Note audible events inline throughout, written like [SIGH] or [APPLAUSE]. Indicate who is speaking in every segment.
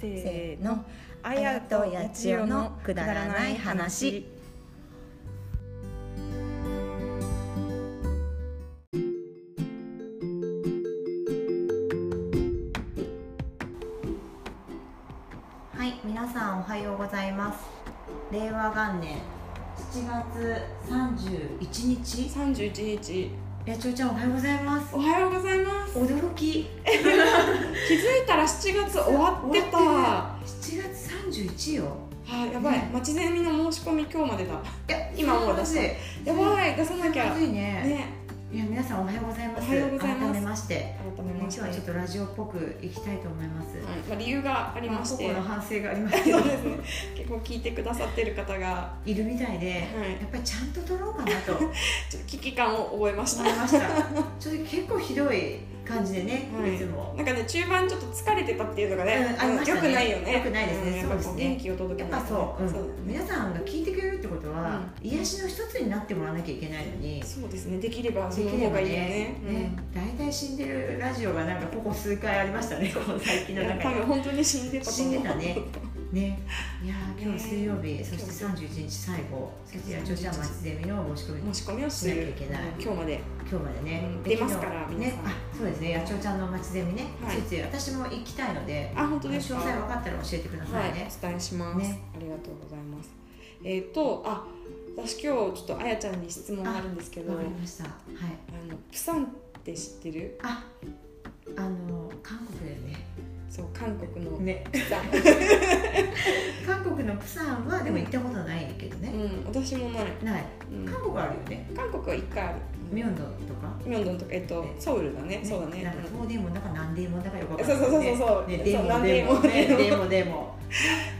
Speaker 1: せ
Speaker 2: せ
Speaker 1: ー
Speaker 2: ーの
Speaker 1: のあやとやちよのくだらない話
Speaker 2: はい皆さんおはようございます令和元年7月31日
Speaker 1: 31日
Speaker 2: やちおちゃんおはようございます
Speaker 1: おはようございます
Speaker 2: 驚き
Speaker 1: 気づいたら7月終わってた
Speaker 2: 終 [LAUGHS] わってる7月31よ
Speaker 1: あーやばい
Speaker 2: ね
Speaker 1: 町ゼミの申し込み今日までだ
Speaker 2: いや
Speaker 1: 今もう出したやばい出さなきゃ
Speaker 2: まず
Speaker 1: ね
Speaker 2: いねいや皆さんおはようございます
Speaker 1: おはようございます
Speaker 2: 改めまして
Speaker 1: 改め
Speaker 2: 今
Speaker 1: ま
Speaker 2: 日
Speaker 1: して
Speaker 2: は
Speaker 1: はい
Speaker 2: ちょっとラジオっぽくいきたいと思います、
Speaker 1: まあ理由がありまし
Speaker 2: 個
Speaker 1: て
Speaker 2: 々の反省がありますけ
Speaker 1: [LAUGHS] そ
Speaker 2: ど
Speaker 1: うですね結構聞いてくださってる方が
Speaker 2: いるみたいで、
Speaker 1: [LAUGHS] はい
Speaker 2: やっぱりちゃんと撮ろうかなと思い
Speaker 1: ちょっと危機感を覚えました
Speaker 2: ましたちょっと結構ひどい感じでね、
Speaker 1: はい
Speaker 2: い、つも
Speaker 1: なんかね中盤ちょっと疲れてたっていうのがね、
Speaker 2: うんありました
Speaker 1: よ
Speaker 2: ね
Speaker 1: くないよね
Speaker 2: 良くないですね
Speaker 1: うんやっぱこ
Speaker 2: そううですね
Speaker 1: 元気を届
Speaker 2: やっ
Speaker 1: けない
Speaker 2: ぱそう、うん
Speaker 1: そう
Speaker 2: 皆さんが聞いてくれるってことは、癒しの一つになってもらわなきゃいけないのに
Speaker 1: そうですねできればそ
Speaker 2: で
Speaker 1: の
Speaker 2: きれ
Speaker 1: 方
Speaker 2: ば
Speaker 1: がいいよね
Speaker 2: ねね大体、死んでるラジオがなんかここ数回ありましたねこの最近
Speaker 1: うん
Speaker 2: の
Speaker 1: いや
Speaker 2: 中
Speaker 1: 多
Speaker 2: で
Speaker 1: 分本当に死んでたと
Speaker 2: 死
Speaker 1: 思
Speaker 2: ん
Speaker 1: う
Speaker 2: でたねねいやー今日水曜日、
Speaker 1: ね
Speaker 2: そして31日最後そして
Speaker 1: 31
Speaker 2: 女子は町ゼミの申し込み
Speaker 1: 申し込みをす
Speaker 2: しなきゃい
Speaker 1: る
Speaker 2: けない
Speaker 1: 今日まで
Speaker 2: 今日までね、
Speaker 1: うん
Speaker 2: で
Speaker 1: 出ますから
Speaker 2: 昨日
Speaker 1: 皆
Speaker 2: ね
Speaker 1: さん
Speaker 2: あそうですね八千代ちゃんの町ゼミね、
Speaker 1: はい
Speaker 2: ついつい私も行きたいので
Speaker 1: あ本当
Speaker 2: 詳
Speaker 1: です
Speaker 2: 細
Speaker 1: か
Speaker 2: 分かったら教えてくださ
Speaker 1: はいい、
Speaker 2: ね、
Speaker 1: お伝えします、
Speaker 2: ね
Speaker 1: ありがとうございますえっ、とあ私今日ちょっとあやちゃんに質問があるんですけどあ
Speaker 2: わかりましたはい
Speaker 1: のプサンって知ってる
Speaker 2: ああの韓国だよね
Speaker 1: そう韓国の
Speaker 2: ね
Speaker 1: プサン、
Speaker 2: 韓国のプサンはでも行ったことないけどね、
Speaker 1: うん、私もない、
Speaker 2: ない
Speaker 1: うん
Speaker 2: 韓国あるよね
Speaker 1: 韓国は一回ある
Speaker 2: ミョンドンとか、
Speaker 1: ミョンドンとかえっと
Speaker 2: ね
Speaker 1: ソウルだねそうだね
Speaker 2: なんか
Speaker 1: うん
Speaker 2: 東電もなんか南電もなんかよくわかん
Speaker 1: そ
Speaker 2: な
Speaker 1: う
Speaker 2: い
Speaker 1: そうそうそうそう
Speaker 2: ね、
Speaker 1: そうなん
Speaker 2: で
Speaker 1: で
Speaker 2: も
Speaker 1: も
Speaker 2: でもね
Speaker 1: で
Speaker 2: で
Speaker 1: も
Speaker 2: もでも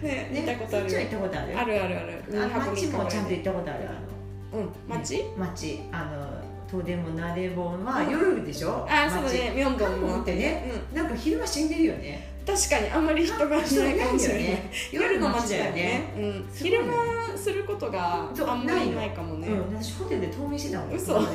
Speaker 1: ね行った
Speaker 2: ね
Speaker 1: こと
Speaker 2: そ
Speaker 1: あ
Speaker 2: っちは行
Speaker 1: る
Speaker 2: ったことある
Speaker 1: あるあるある
Speaker 2: あ
Speaker 1: 二泊三
Speaker 2: 町
Speaker 1: 日ぐ
Speaker 2: も
Speaker 1: らい
Speaker 2: ちゃんと
Speaker 1: で
Speaker 2: 行ったことあるあの
Speaker 1: うん町
Speaker 2: 町あの東電もナレボンは夜でしょ、
Speaker 1: あそうだねミョンドンもあって
Speaker 2: 韓
Speaker 1: ね
Speaker 2: 街なんか昼間死んでるよね
Speaker 1: うん確かにあんまり人がいないかもしれない夜
Speaker 2: 夜の
Speaker 1: の
Speaker 2: 街
Speaker 1: 街
Speaker 2: だ
Speaker 1: だよ
Speaker 2: よね
Speaker 1: ねうん
Speaker 2: すごいね
Speaker 1: 昼間することが
Speaker 2: そう
Speaker 1: あんま
Speaker 2: ない
Speaker 1: り
Speaker 2: の
Speaker 1: ないかもね
Speaker 2: うん、私ホテルで冬眠してたもん
Speaker 1: 嘘
Speaker 2: その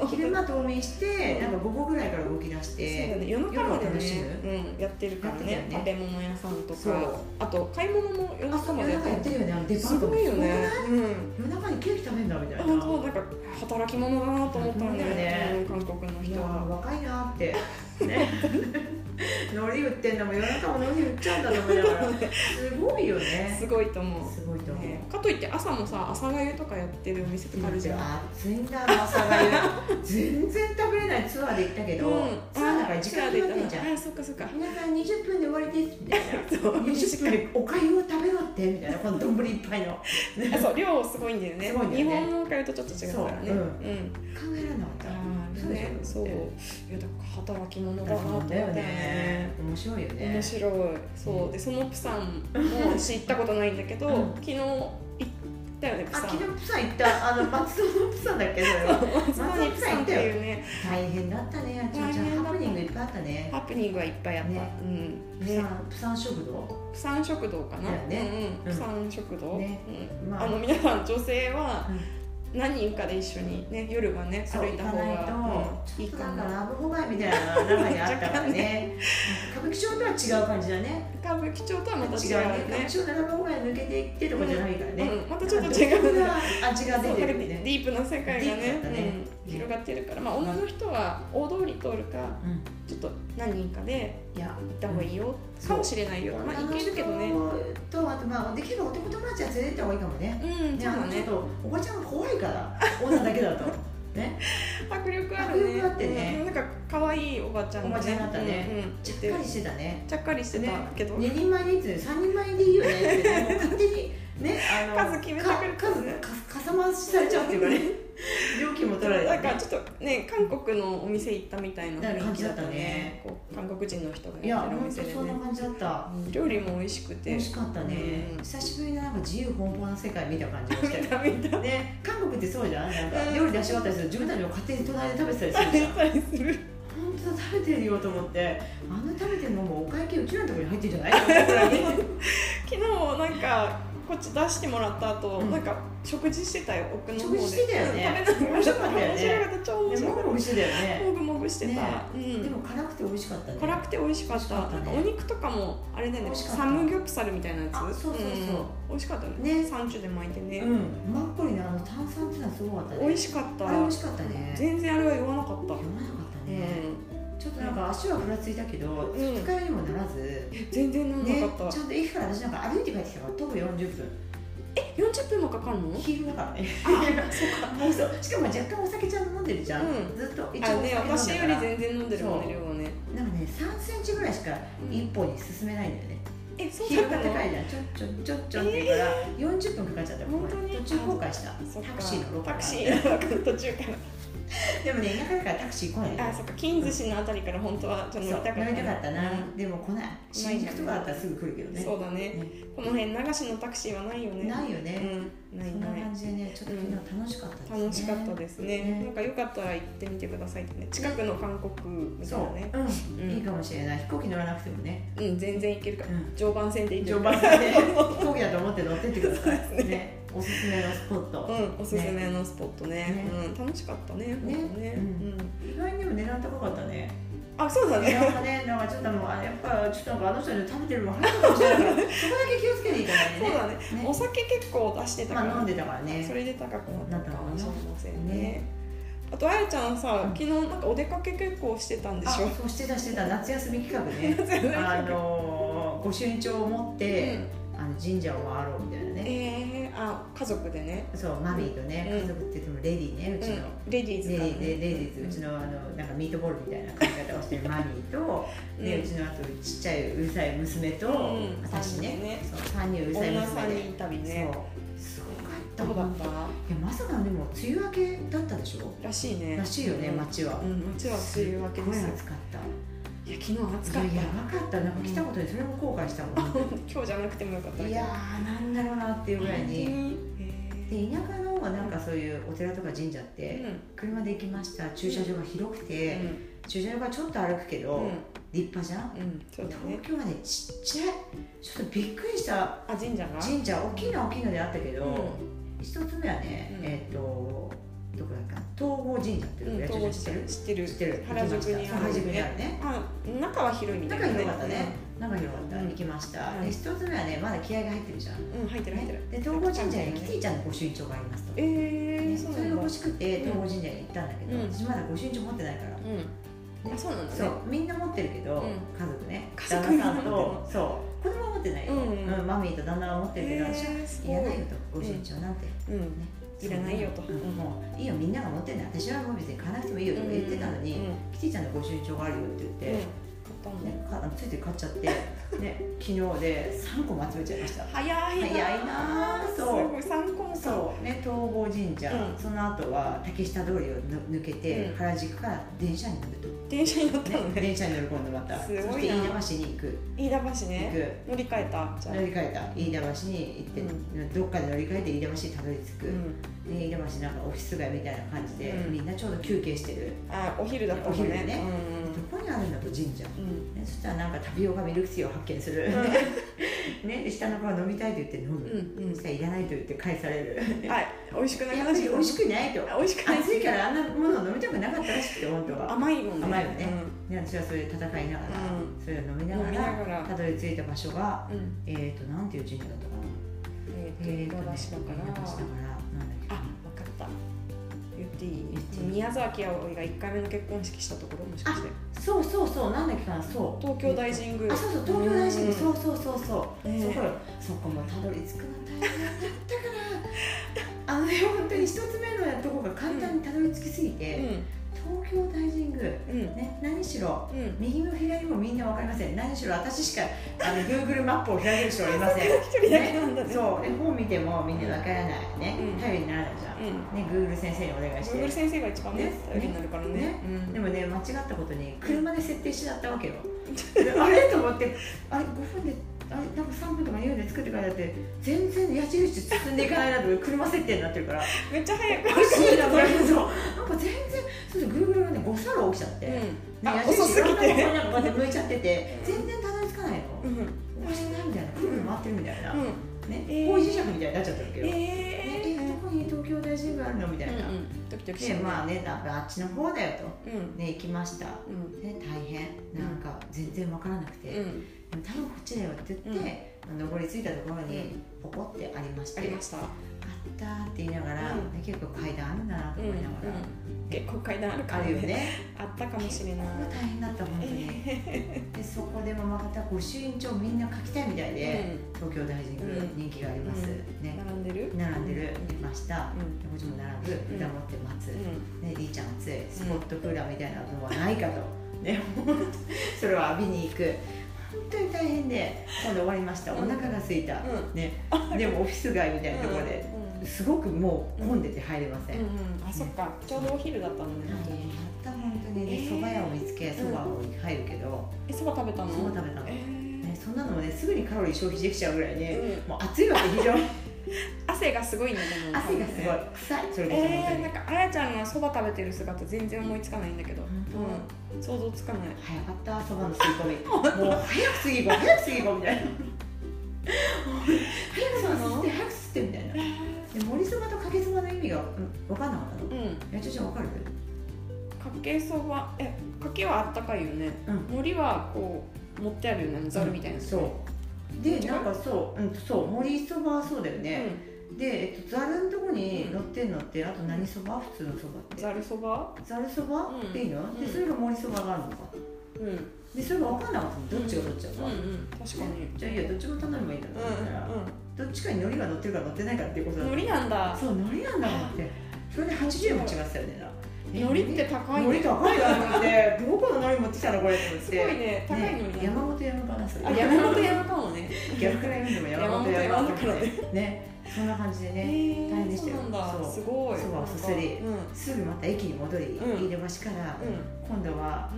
Speaker 2: 時昼間冬眠して
Speaker 1: うん
Speaker 2: なんか午後ぐらいから動き出し
Speaker 1: そうだ
Speaker 2: て
Speaker 1: ね夜中まで
Speaker 2: 夜は楽し
Speaker 1: ねうんやってるから
Speaker 2: やっ
Speaker 1: ね
Speaker 2: てたよ
Speaker 1: 食
Speaker 2: ね
Speaker 1: べ物屋さんと
Speaker 2: そう
Speaker 1: かあと買い物も夜
Speaker 2: あ
Speaker 1: 中
Speaker 2: そう
Speaker 1: ま
Speaker 2: 夜
Speaker 1: でやっ
Speaker 2: 中やって
Speaker 1: る
Speaker 2: てるよねあのデパ
Speaker 1: す
Speaker 2: ート
Speaker 1: ご
Speaker 2: も
Speaker 1: いよねうん
Speaker 2: 夜中にケーキ食べるんだみたい
Speaker 1: 本
Speaker 2: な
Speaker 1: 当なんか働き者だなと思った
Speaker 2: 本当だ
Speaker 1: ね
Speaker 2: よね
Speaker 1: うん韓国の
Speaker 2: い
Speaker 1: 人
Speaker 2: やー
Speaker 1: は
Speaker 2: 若いなーってね [LAUGHS] 海苔売ってんのも夜中も海苔売っちゃうんだと思いながらすごいよね
Speaker 1: すごいと思、
Speaker 2: すごいうと思う、
Speaker 1: ねかといって朝もさ朝がゆとかやってるお店とかあるじゃん
Speaker 2: 暑いんだな朝がゆ全然食べれないツアーで行ったけど、ツアーだから時間かかってんじゃん
Speaker 1: あそっかそっか
Speaker 2: 皆さん20分で終わりですみたいな
Speaker 1: そう
Speaker 2: 20分でおかゆを食べろってみたいなこの丼いっぱいの考
Speaker 1: [LAUGHS]
Speaker 2: え
Speaker 1: あそう量すごいんだよね
Speaker 2: すごいんだ
Speaker 1: 日
Speaker 2: よね
Speaker 1: 本のおかゆとちょっと違うからね
Speaker 2: そう
Speaker 1: ん
Speaker 2: うんられなかっ
Speaker 1: あ
Speaker 2: た
Speaker 1: ー
Speaker 2: そうでしょ
Speaker 1: ねそういやだから働き者だなと思っ
Speaker 2: そう
Speaker 1: た
Speaker 2: だ
Speaker 1: よ
Speaker 2: よね
Speaker 1: ね
Speaker 2: 面白いよね
Speaker 1: 面白いそうでそのプサン
Speaker 2: [LAUGHS]
Speaker 1: も私行ったことないんだけど、
Speaker 2: うん
Speaker 1: 昨日行ったよねプ
Speaker 2: あ
Speaker 1: サン [LAUGHS]
Speaker 2: 昨日プサン行ったあの松戸のプサンだっけそれは
Speaker 1: 松
Speaker 2: 松
Speaker 1: 戸
Speaker 2: 戸
Speaker 1: に
Speaker 2: プ
Speaker 1: プ
Speaker 2: サ
Speaker 1: サ
Speaker 2: ン行
Speaker 1: ン
Speaker 2: っ
Speaker 1: ったて
Speaker 2: よ
Speaker 1: いうね
Speaker 2: 大変だったねあちゃんちゃ
Speaker 1: 大変だ
Speaker 2: ん
Speaker 1: った
Speaker 2: ハプニングいっぱいあったね
Speaker 1: ハプニングはいっぱいあった、
Speaker 2: ね
Speaker 1: うん
Speaker 2: プサンプサン食堂
Speaker 1: プサン食堂かな、
Speaker 2: だよね
Speaker 1: うんうん、
Speaker 2: うん
Speaker 1: プサン食堂、
Speaker 2: ね
Speaker 1: うん
Speaker 2: まあ
Speaker 1: あの皆さん女性は何人かで一緒にね夜はね
Speaker 2: そう
Speaker 1: 歩い
Speaker 2: 行
Speaker 1: た
Speaker 2: か
Speaker 1: 方
Speaker 2: ない
Speaker 1: が
Speaker 2: と
Speaker 1: うんい
Speaker 2: ち
Speaker 1: い
Speaker 2: ょっ
Speaker 1: か
Speaker 2: となんか
Speaker 1: な
Speaker 2: ラブホ街みたいな中にあったから
Speaker 1: [LAUGHS]
Speaker 2: ね歌舞伎町とは違う感じだね
Speaker 1: 歌舞伎町とはまた
Speaker 2: 違
Speaker 1: 違
Speaker 2: う
Speaker 1: う
Speaker 2: ね歌舞
Speaker 1: ね
Speaker 2: 伎町のラブホ街抜けていってとかじゃないからね、
Speaker 1: うん、またちょっと違う
Speaker 2: な
Speaker 1: ね
Speaker 2: 味が
Speaker 1: そ
Speaker 2: 出
Speaker 1: う
Speaker 2: て
Speaker 1: なんか
Speaker 2: る
Speaker 1: デ
Speaker 2: ね
Speaker 1: ィープな世界が
Speaker 2: ディープ
Speaker 1: ね
Speaker 2: だったね
Speaker 1: うん、広がってるから、まあ、女の人は大通り通るか
Speaker 2: うん
Speaker 1: ちょっと何人かで
Speaker 2: いや
Speaker 1: 行った方がいいよ、
Speaker 2: うん
Speaker 1: かもしれないよまあ行けるけどね
Speaker 2: 女の人とあとまあできれば男友達は連れてった方がいいかもね
Speaker 1: うん
Speaker 2: ね
Speaker 1: そう
Speaker 2: あ
Speaker 1: だ
Speaker 2: のちょっ
Speaker 1: ね
Speaker 2: とおばちゃんが怖いから女だけだとね
Speaker 1: 迫力あるね
Speaker 2: 迫力あってね
Speaker 1: うんなんか可愛いおばちゃんが
Speaker 2: おばちゃんだったね
Speaker 1: うんうん
Speaker 2: ち
Speaker 1: ち
Speaker 2: ゃ
Speaker 1: ょっ
Speaker 2: っか
Speaker 1: と
Speaker 2: りしてたね
Speaker 1: ちゃっかりしてたけど、
Speaker 2: 2人前でいいっつうの3人前でいいよねってねもう勝手にねあの
Speaker 1: 数決めてくれ
Speaker 2: か
Speaker 1: た
Speaker 2: 数
Speaker 1: ね
Speaker 2: かかさ増しされちゃうっていうかね料金も取られ
Speaker 1: な
Speaker 2: た
Speaker 1: んか
Speaker 2: ね
Speaker 1: ちょっとね韓国のお店行ったみたいな雰囲気だったねこう韓国人の人が
Speaker 2: いや
Speaker 1: やってるお
Speaker 2: 本
Speaker 1: 店
Speaker 2: 当
Speaker 1: で
Speaker 2: そんな
Speaker 1: ね
Speaker 2: 感じだった
Speaker 1: 料理も美味しくて
Speaker 2: 美味しかったね
Speaker 1: うん
Speaker 2: 久しぶりのなんか自由奔放な世界見た感じがしたよ
Speaker 1: 見た見た
Speaker 2: ね、韓国ってそうじゃんなん
Speaker 1: う
Speaker 2: か
Speaker 1: ん
Speaker 2: 料理出し終わったりすると自分たちも勝手に隣で食べてたり
Speaker 1: 食
Speaker 2: す
Speaker 1: べ [LAUGHS]
Speaker 2: るじゃん
Speaker 1: たりする
Speaker 2: 本当だ食べてるよと思ってあの食べてるのもうお会計うちらのところに入ってるんじゃないと思うぐら
Speaker 1: [LAUGHS]
Speaker 2: い
Speaker 1: 昨日なんかこっち出してもらった後、
Speaker 2: うん
Speaker 1: なんか食事してたよ奥の方で
Speaker 2: 食事してたよね
Speaker 1: うん食べながら
Speaker 2: 面白かったよね
Speaker 1: 面白かった超面
Speaker 2: ね
Speaker 1: 白
Speaker 2: も
Speaker 1: か
Speaker 2: ぐ
Speaker 1: っ
Speaker 2: もぐしてたよ
Speaker 1: た
Speaker 2: ね
Speaker 1: もぐもぐぶしてた、
Speaker 2: ね
Speaker 1: うん、
Speaker 2: でも辛くて美味しかったね
Speaker 1: 辛くて美味しかった
Speaker 2: 美味しかったね
Speaker 1: なんかお肉とかもあれだよね
Speaker 2: 美味しかった
Speaker 1: サムギョプサルみたいなやつ
Speaker 2: あそうそうそうん
Speaker 1: 美味しかったね
Speaker 2: ね
Speaker 1: 山中で巻いてね、
Speaker 2: うんマッコリのあの炭酸ってのはすごかったね
Speaker 1: 美味しかった
Speaker 2: あれ美味しかったね
Speaker 1: 全然あれは言わなかった、
Speaker 2: 読まなかったね、
Speaker 1: う
Speaker 2: ちょっとなんか足はふらついたけど、
Speaker 1: ん
Speaker 2: 二日酔いにもならず、
Speaker 1: ん、全然なん
Speaker 2: ね
Speaker 1: なかっ、
Speaker 2: ち
Speaker 1: た、
Speaker 2: ゃんと駅から私なんか歩いて帰ってきたから徒歩40分
Speaker 1: 40分もかかるの
Speaker 2: ヒールだからね
Speaker 1: あ
Speaker 2: そうそうしかも若干お酒ちゃんと飲んでるじゃん、
Speaker 1: う
Speaker 2: ずっと一
Speaker 1: あ
Speaker 2: 応お
Speaker 1: ね
Speaker 2: 酒
Speaker 1: 私
Speaker 2: 飲
Speaker 1: よ
Speaker 2: んだ
Speaker 1: り
Speaker 2: から
Speaker 1: 全然飲んでるもんね量はね、
Speaker 2: なんかね3センチぐらいしか一歩に進めないんだよね、
Speaker 1: えそう
Speaker 2: ヒー
Speaker 1: だっ
Speaker 2: ルが
Speaker 1: たの
Speaker 2: 高いじゃんちょっちょっちょっちょって言うから、40分かかっちゃった
Speaker 1: 本当に
Speaker 2: 途中後悔した
Speaker 1: そっか
Speaker 2: タクシーのロ
Speaker 1: タ
Speaker 2: カ
Speaker 1: ク
Speaker 2: ル
Speaker 1: シーの途中か
Speaker 2: でもね田舎だからタクシー来ない
Speaker 1: らあそっか金寿司のあたりから本当はち
Speaker 2: そ
Speaker 1: ょ
Speaker 2: う
Speaker 1: っと乗りたか
Speaker 2: 乗
Speaker 1: っ
Speaker 2: り
Speaker 1: た
Speaker 2: たかったな、
Speaker 1: うん
Speaker 2: でも来ない新宿とかだったらすぐ来るけどね
Speaker 1: そうだね
Speaker 2: ね
Speaker 1: この辺流しのタクシーはないよね
Speaker 2: ないよね、
Speaker 1: うんない
Speaker 2: そんな
Speaker 1: ない
Speaker 2: 感じでねちょっと昨日楽しかったですね、
Speaker 1: 楽しかったですね
Speaker 2: ね
Speaker 1: なんかよかったら行ってみてくださいってね近くの韓国みたい
Speaker 2: そ
Speaker 1: なね
Speaker 2: う、
Speaker 1: う
Speaker 2: うん、いい
Speaker 1: ん、
Speaker 2: かもしれない飛行機乗らなくてもね、
Speaker 1: うん、全然行けるから
Speaker 2: うん、
Speaker 1: 常磐線で行け
Speaker 2: 乗
Speaker 1: る
Speaker 2: 馬
Speaker 1: から
Speaker 2: さんで飛行機だと思って乗ってってくださ
Speaker 1: そうで
Speaker 2: いね
Speaker 1: す
Speaker 2: おすすめのスポット、
Speaker 1: うん、おすすめのスポットね
Speaker 2: ね
Speaker 1: うん、楽しかったね
Speaker 2: ね
Speaker 1: 本当ね
Speaker 2: う意外にも値段高かったね
Speaker 1: うん、あそうだ
Speaker 2: 値段
Speaker 1: ね
Speaker 2: がねなんかちょっともうあやっぱちょっとなんかあの人に食べてるのも早いかもしれないからそこだけ気をつけていただいて
Speaker 1: そう
Speaker 2: ね
Speaker 1: だねお酒結構出してたから、
Speaker 2: まあ飲んでたからね
Speaker 1: それで高くなったかもしれませんね
Speaker 2: ね
Speaker 1: あとあやちゃんさ、
Speaker 2: うん
Speaker 1: 昨日なんかお出かけ結構してたんで
Speaker 2: あ
Speaker 1: しょ
Speaker 2: そうしてたしてた夏休み企画ねあのーご朱印帳を持っ
Speaker 1: うん
Speaker 2: て、あの神社を回ろうみたいなね
Speaker 1: えー、あ家族でね、
Speaker 2: そうマミーとね
Speaker 1: うん
Speaker 2: 家族って言ってもレディーねうちの、
Speaker 1: うん、レディーズ
Speaker 2: レ
Speaker 1: だ
Speaker 2: デ
Speaker 1: ね
Speaker 2: ィーレディーズうちのあのなんかミートボールみたいな髪型をしてるマミーと、
Speaker 1: うん
Speaker 2: でうちのあとちっちゃいうるさい娘と、
Speaker 1: うん
Speaker 2: 私ねそう3人うるさい
Speaker 1: 女さ
Speaker 2: 娘
Speaker 1: ん
Speaker 2: で
Speaker 1: にインタビューね
Speaker 2: そうすご
Speaker 1: ど
Speaker 2: か
Speaker 1: う
Speaker 2: った
Speaker 1: だっ
Speaker 2: いやまさかでも梅雨明けだったでしょ
Speaker 1: たらしいね
Speaker 2: らしいよね
Speaker 1: うん
Speaker 2: 街は、
Speaker 1: うんもちろんそういうわけですよ
Speaker 2: ごい暑かった
Speaker 1: いや昨日暑かっ
Speaker 2: いややばかったなんか来たことにそれも後悔したもん、
Speaker 1: た今日じゃなくてもよかった
Speaker 2: いやーなんだろうなっていうぐらいに
Speaker 1: へ
Speaker 2: で田舎のなんかそういうお寺とか神社っ
Speaker 1: え
Speaker 2: て車で行きました駐車場が広く
Speaker 1: うん
Speaker 2: て、駐車場がちょっと歩くけど、
Speaker 1: うん
Speaker 2: 立派じゃん
Speaker 1: うんうんそうだね
Speaker 2: 東京はねちっちゃいちょっとびっくりした
Speaker 1: あ神社が
Speaker 2: 神社大きいのは大きいのであったけど、
Speaker 1: うん
Speaker 2: 一つ目はね、
Speaker 1: うん
Speaker 2: えっ、とどこだっけな東郷神社って
Speaker 1: う
Speaker 2: どこ
Speaker 1: ん
Speaker 2: や
Speaker 1: 東郷
Speaker 2: 知って
Speaker 1: 神社
Speaker 2: る
Speaker 1: 知ってる
Speaker 2: 知ってる
Speaker 1: 原宿
Speaker 2: 行
Speaker 1: に
Speaker 2: き
Speaker 1: あ
Speaker 2: ましたそう原宿
Speaker 1: る
Speaker 2: にあ
Speaker 1: ね
Speaker 2: るね
Speaker 1: あ中は広いみたい
Speaker 2: 中
Speaker 1: な
Speaker 2: 広かったね中広かった、
Speaker 1: うん
Speaker 2: 行きました、
Speaker 1: はい
Speaker 2: で一つ目はねまだ気合が入ってるじゃん、
Speaker 1: うん入ってる入ってる
Speaker 2: ねで東郷神社にキティちゃんの御朱印帳がありますと、
Speaker 1: え
Speaker 2: ね
Speaker 1: ー
Speaker 2: そ
Speaker 1: そう
Speaker 2: れが
Speaker 1: なんだ
Speaker 2: 欲しくて東郷神社に行ったんだけど、
Speaker 1: うん
Speaker 2: 私まだ御朱印帳持ってないから、
Speaker 1: うんあそうなんだね
Speaker 2: そうみんな持ってるけど、
Speaker 1: うん
Speaker 2: 家族ね
Speaker 1: 家
Speaker 2: 旦
Speaker 1: 族みん
Speaker 2: 那
Speaker 1: な
Speaker 2: さん
Speaker 1: 持
Speaker 2: とそう子供は持ってないよ、
Speaker 1: うんうん
Speaker 2: マミーと旦那は持ってるけど、私は
Speaker 1: えーす
Speaker 2: い
Speaker 1: ご
Speaker 2: らないよとご身長なんて、
Speaker 1: うんいらないよと
Speaker 2: そんなのうんもういいよみんなが持ってんだ私はもう別に買わなくてもいいよとか言ってたのに、
Speaker 1: うんうん
Speaker 2: キティちゃんのご身長があるよって言っ
Speaker 1: 買
Speaker 2: て、
Speaker 1: ったのね
Speaker 2: ね、かついて買っち
Speaker 1: [LAUGHS]
Speaker 2: ゃって、ね、昨日で3個も集めちゃいました
Speaker 1: 早い
Speaker 2: 早いなあそう
Speaker 1: すごい三個もか
Speaker 2: そうね東郷神社、
Speaker 1: うん
Speaker 2: その後は竹下通りをぬ抜けて、
Speaker 1: うん
Speaker 2: 原宿から電車に乗ると、
Speaker 1: 電車に乗ったの
Speaker 2: ね、
Speaker 1: ね
Speaker 2: 電車に乗り込んでまた
Speaker 1: すごいな
Speaker 2: そして飯田橋に行く
Speaker 1: 飯田橋ね
Speaker 2: 行
Speaker 1: 乗
Speaker 2: く
Speaker 1: り換えたじゃあ
Speaker 2: 乗り換えた飯田橋に行って、
Speaker 1: うん
Speaker 2: どっかで乗り換えて飯田橋にたどり着く、
Speaker 1: うん
Speaker 2: で飯田橋なんかオフィス街みたいな感じで、
Speaker 1: うん
Speaker 2: みんなちょうど休憩してる
Speaker 1: あお昼だったもん
Speaker 2: お昼
Speaker 1: ね
Speaker 2: ねどこにあるんだと神社
Speaker 1: うんうん
Speaker 2: ねそしたらなんかタピオカミルクティーを発見する、 [LAUGHS] ねで下の子は飲みたいと言って飲む、
Speaker 1: うん
Speaker 2: そしたらいらないと言って返される
Speaker 1: うんあ美味しくない
Speaker 2: やっぱり
Speaker 1: 話
Speaker 2: 美味しくないと
Speaker 1: あ美味しくない
Speaker 2: 暑いからあんなもの飲みたくなかったらしくて本当は
Speaker 1: 甘いもんね
Speaker 2: 甘いよねで私はそれで戦いながら、
Speaker 1: う
Speaker 2: それを飲み
Speaker 1: うん
Speaker 2: な
Speaker 1: 飲
Speaker 2: が
Speaker 1: みな
Speaker 2: ら
Speaker 1: がら
Speaker 2: たどり着いた場所が
Speaker 1: うん
Speaker 2: えっ、ー、となんていう神社だったかな
Speaker 1: え
Speaker 2: え
Speaker 1: ー
Speaker 2: ー
Speaker 1: と
Speaker 2: と
Speaker 1: 井戸田市だから
Speaker 2: だからなんだっけ
Speaker 1: あわかった言っていい
Speaker 2: 言っていい
Speaker 1: 宮崎あおいが一回目の結婚式したところもしかして
Speaker 2: そうそうそうなんだっけかなそう
Speaker 1: 東京大神宮
Speaker 2: あそうそう東京大神宮そうそうそうそう、
Speaker 1: ねえ
Speaker 2: そこよそこもたどり着くの大変だっ
Speaker 1: [LAUGHS]
Speaker 2: たからあのね本当に一つ目のとこが簡単にたどり着きすぎ
Speaker 1: う
Speaker 2: て、
Speaker 1: ん
Speaker 2: 東京大神宮
Speaker 1: うん
Speaker 2: ね何しろ
Speaker 1: うん
Speaker 2: 右も左もみんな分かりません何しろ私しかあの Google マップを開ける人はいません
Speaker 1: [LAUGHS] 一人だけなんだね
Speaker 2: そうで本見てもみんな分からないね、
Speaker 1: うん
Speaker 2: 頼りにならないじゃん、
Speaker 1: うん
Speaker 2: ね Google 先生にお願いし
Speaker 1: Google
Speaker 2: て
Speaker 1: 先生が一番ね
Speaker 2: ね
Speaker 1: 頼りになるからね
Speaker 2: ね
Speaker 1: うん
Speaker 2: でもね間違ったことに車で設定しちゃったわけよであれと思ってあれ5分であれなんか3分とか2分で作ってからだって全然矢印進んでいかないなと思って車設定になってるから
Speaker 1: めっちゃ早く
Speaker 2: おかしいなこれそうなんか全然そうそう Google がね誤作動起きちゃって、
Speaker 1: うん
Speaker 2: ね
Speaker 1: あ
Speaker 2: 矢印
Speaker 1: 遅すぎ
Speaker 2: いろんなとこ
Speaker 1: て
Speaker 2: になんかこうやって向いちゃってて全然たどり着かないの、
Speaker 1: うん
Speaker 2: こうしてないみたいなくるくる回ってるみたいな、
Speaker 1: うん
Speaker 2: ね
Speaker 1: えー
Speaker 2: 方位磁石みたいになっちゃったわけど、ね
Speaker 1: え
Speaker 2: えーとこ方に東京大神宮あるのみたいな、
Speaker 1: うんうん、ドキドキし
Speaker 2: で
Speaker 1: るね
Speaker 2: まあねなんかあっちの方だよ
Speaker 1: うん
Speaker 2: とね行きました
Speaker 1: うん
Speaker 2: ね大変なんか全然わからなくて、
Speaker 1: う
Speaker 2: で
Speaker 1: ん
Speaker 2: も多分こっちだよって言って、登りついたところにポコってありまして、
Speaker 1: ありま
Speaker 2: し
Speaker 1: した
Speaker 2: たあったーって言いながら、
Speaker 1: うん
Speaker 2: ね結構階段あるんだなと思いながら、
Speaker 1: うん結構階段あるか
Speaker 2: あ
Speaker 1: ら
Speaker 2: るよね
Speaker 1: あったかもしれない
Speaker 2: これ大変だった本当にでそこでもまた御朱印帳みんな書きたいみたいで、東京大神宮人気があります、
Speaker 1: う
Speaker 2: ね
Speaker 1: ん、並んでる
Speaker 2: 並んでる
Speaker 1: うん
Speaker 2: 出ました
Speaker 1: う、ん
Speaker 2: でこっちも並ぶ
Speaker 1: うん
Speaker 2: 札持って待つ、
Speaker 1: うん
Speaker 2: ね、りーちゃん暑いスポットクーラーみたいなのはないかと、
Speaker 1: [LAUGHS]
Speaker 2: ね、ほんとそれを浴びに行く本当に大変で今度終わりましたお
Speaker 1: うん
Speaker 2: 腹が空いた、
Speaker 1: うん
Speaker 2: ね、でもオフィス街みたいなところで
Speaker 1: うんうん
Speaker 2: すごくもう混んでて入れません、
Speaker 1: うんうんあそっかちょうどお昼だったのね
Speaker 2: なんかやった本当にね
Speaker 1: えー
Speaker 2: 蕎麦屋を見つけ
Speaker 1: ん
Speaker 2: 蕎麦を入るけど、
Speaker 1: えそば食べたの
Speaker 2: 蕎麦食べたの、
Speaker 1: えー
Speaker 2: ね、そんなのもねすぐにカロリー消費できちゃうぐらいね、
Speaker 1: うん
Speaker 2: もう暑いわけ
Speaker 1: [LAUGHS]
Speaker 2: 非常に
Speaker 1: 汗がすごいねでも
Speaker 2: 汗がすごい
Speaker 1: 多分ね
Speaker 2: 臭いそれこそ本当
Speaker 1: えー、
Speaker 2: に、
Speaker 1: なんかあやちゃんがそば食べてる姿全然思いつかないんだけど、
Speaker 2: 本
Speaker 1: うん、想像つかない
Speaker 2: 早かったそばの吸い込 [LAUGHS] みもう早く吸い込む早く吸い込むみたいな [LAUGHS] 早くそば吸って早く吸ってみたいなで盛りそばとかけそばの意味が、うん、分かんなかったの
Speaker 1: うん
Speaker 2: 八千代ちゃん分かる
Speaker 1: かけそばえかけはあったかいよね、
Speaker 2: うん
Speaker 1: 海苔はこう持ってあるようなざるみたいな、
Speaker 2: そうで
Speaker 1: 違う
Speaker 2: なんかそう、うん、そう盛りそばはそうだよ
Speaker 1: う
Speaker 2: ね、
Speaker 1: ん
Speaker 2: で、えっと、ざるのとこに乗ってんのってあと何そば普通のそばって
Speaker 1: ざるそば
Speaker 2: ざるそば
Speaker 1: うん
Speaker 2: っていいの、
Speaker 1: う
Speaker 2: で
Speaker 1: ん
Speaker 2: それが盛りそばがあるのか
Speaker 1: うんうん
Speaker 2: でそれが分かんなかったのどっちがどっちだか、
Speaker 1: うん確かに
Speaker 2: じゃあいいやどっちも頼めばいいんだと思ったら、
Speaker 1: う
Speaker 2: どっちかに海苔が乗ってるか乗ってないかっていうことだ
Speaker 1: んうん
Speaker 2: った
Speaker 1: 海苔なんだ
Speaker 2: そう、海苔なんだと思って。それで80円も違ってたよね。な
Speaker 1: 海苔って高い
Speaker 2: 海苔
Speaker 1: ね
Speaker 2: 高いなと思って、どこの海苔持ってきたのこれって思って。
Speaker 1: すごいね高い海苔
Speaker 2: ね
Speaker 1: だ
Speaker 2: 山本山かなそれ
Speaker 1: あ山本山かもね
Speaker 2: 逆から読んでも山本山
Speaker 1: 山本山だから
Speaker 2: ねそんな感じで
Speaker 1: へ
Speaker 2: ね、
Speaker 1: え
Speaker 2: 大変でし
Speaker 1: そ
Speaker 2: た
Speaker 1: う
Speaker 2: よ
Speaker 1: なんだ
Speaker 2: そう
Speaker 1: すごい
Speaker 2: そばをすすり
Speaker 1: うんうん
Speaker 2: すぐまた駅に戻り、
Speaker 1: うん
Speaker 2: 飯田橋から、
Speaker 1: う
Speaker 2: 今度は
Speaker 1: ん
Speaker 2: あの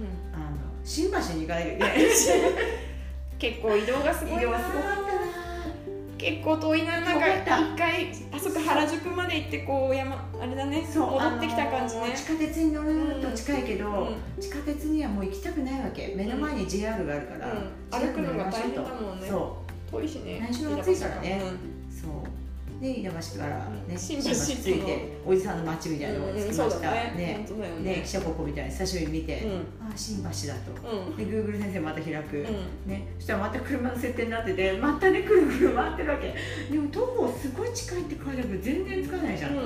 Speaker 2: 新橋に行かなきゃいけないし
Speaker 1: [LAUGHS] 結 [LAUGHS] 構移動がすごい
Speaker 2: 移
Speaker 1: な
Speaker 2: 動はすごかったな
Speaker 1: 結構遠いななん
Speaker 2: 遠か
Speaker 1: か
Speaker 2: っ
Speaker 1: 一回あそこ原宿まで行ってこう山あれだね
Speaker 2: そう
Speaker 1: 戻ってきた感じ
Speaker 2: あの
Speaker 1: ね
Speaker 2: 地下鉄に乗ると近いけど、
Speaker 1: うん
Speaker 2: 地下鉄にはもう行きたくないわけ目の前に JR があるから、
Speaker 1: うん歩くのが大変だもんね
Speaker 2: そう
Speaker 1: 遠いしね
Speaker 2: 内緒が暑いからねそうで稲橋から、ね、
Speaker 1: 新
Speaker 2: 新
Speaker 1: 橋
Speaker 2: 橋ついておじさんの街みたいなの
Speaker 1: う
Speaker 2: を
Speaker 1: ん
Speaker 2: 着き
Speaker 1: う
Speaker 2: ま
Speaker 1: ん
Speaker 2: した、
Speaker 1: そうだね
Speaker 2: ね
Speaker 1: 本当だよ
Speaker 2: ね
Speaker 1: ね
Speaker 2: 記者報告みたいに久しぶりに見て、
Speaker 1: うん
Speaker 2: ああ新橋だ
Speaker 1: う
Speaker 2: と
Speaker 1: ん
Speaker 2: で Google 先生また開く、
Speaker 1: うん
Speaker 2: ね、そしたらまた車の設定になっててまたねくるくる回ってるわけでも徒歩すごい近いって書いてあるけど全然つかないじゃ
Speaker 1: う
Speaker 2: ん、
Speaker 1: ん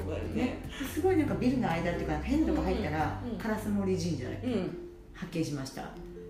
Speaker 1: そうだよ
Speaker 2: ね
Speaker 1: ね、
Speaker 2: すごいなんかビルの間っていうか変なとこ入ったら、
Speaker 1: うんうん
Speaker 2: 烏森神社だっけ
Speaker 1: うん
Speaker 2: 発見しました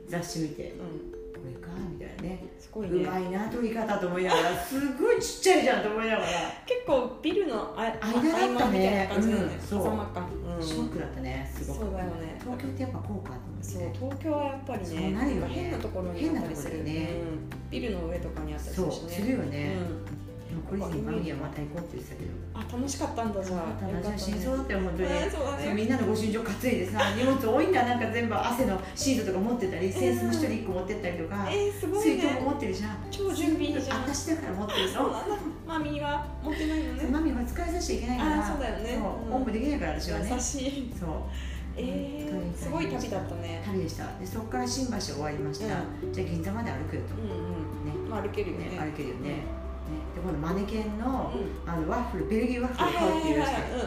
Speaker 2: 雑誌見て
Speaker 1: うん
Speaker 2: これかみたいなね
Speaker 1: すごいうね
Speaker 2: まいな撮り方と思いながらすごいちっちゃいじゃんと思いながら
Speaker 1: 結構ビルのあ間
Speaker 2: 間だったね
Speaker 1: みたいな感じなのね
Speaker 2: うんそう
Speaker 1: 狭間かうん
Speaker 2: ショックだったね、すごく。
Speaker 1: そうだよね
Speaker 2: 東京ってやっぱこうかと思って
Speaker 1: そう
Speaker 2: ね。
Speaker 1: 東京はやっぱり
Speaker 2: そう
Speaker 1: ね
Speaker 2: なるよ
Speaker 1: ん
Speaker 2: ね
Speaker 1: か変なところにあったりする
Speaker 2: 変なところだよね
Speaker 1: うんビルの上とかにあったりす
Speaker 2: そ
Speaker 1: る
Speaker 2: う、
Speaker 1: し
Speaker 2: す
Speaker 1: ね
Speaker 2: るよね。
Speaker 1: うん
Speaker 2: でも小泉マミはまた行こうって言ってたけど。
Speaker 1: あ楽しかったんだじゃあ
Speaker 2: た
Speaker 1: よ
Speaker 2: だ
Speaker 1: か
Speaker 2: 写真そうだったよ、本当に。
Speaker 1: ねそうだ
Speaker 2: そう
Speaker 1: ね
Speaker 2: みんなのご身上担いでさ、荷物多いんだ、なんか全部汗のシートとか持ってたり、扇子も一人一個持ってったりとか、
Speaker 1: えーすごい
Speaker 2: 水筒も
Speaker 1: ね
Speaker 2: 持ってるじゃん。
Speaker 1: 超準備いいじゃん
Speaker 2: 私だから持ってる
Speaker 1: そう
Speaker 2: の。
Speaker 1: なんだマミーは持ってないのね
Speaker 2: マミは使いさせちゃいけないから、
Speaker 1: あそうだよね
Speaker 2: そう
Speaker 1: うん
Speaker 2: おんぶできないから私は
Speaker 1: 優
Speaker 2: ね。
Speaker 1: しい
Speaker 2: そう、
Speaker 1: えー、
Speaker 2: 本当に大変でした
Speaker 1: すごい旅だったね
Speaker 2: 旅でした。で、そこから新橋終わりました。じゃあ銀座まで歩くよと。
Speaker 1: う
Speaker 2: ね、
Speaker 1: んうんまあ歩けるよね
Speaker 2: ね、歩けるよね。ね、で、このマネケンの。
Speaker 1: うん
Speaker 2: あのワッフルベルギーワッ
Speaker 1: あ
Speaker 2: フ
Speaker 1: は
Speaker 2: ル
Speaker 1: い
Speaker 2: 買うって言いま
Speaker 1: は
Speaker 2: し
Speaker 1: い
Speaker 2: て
Speaker 1: はい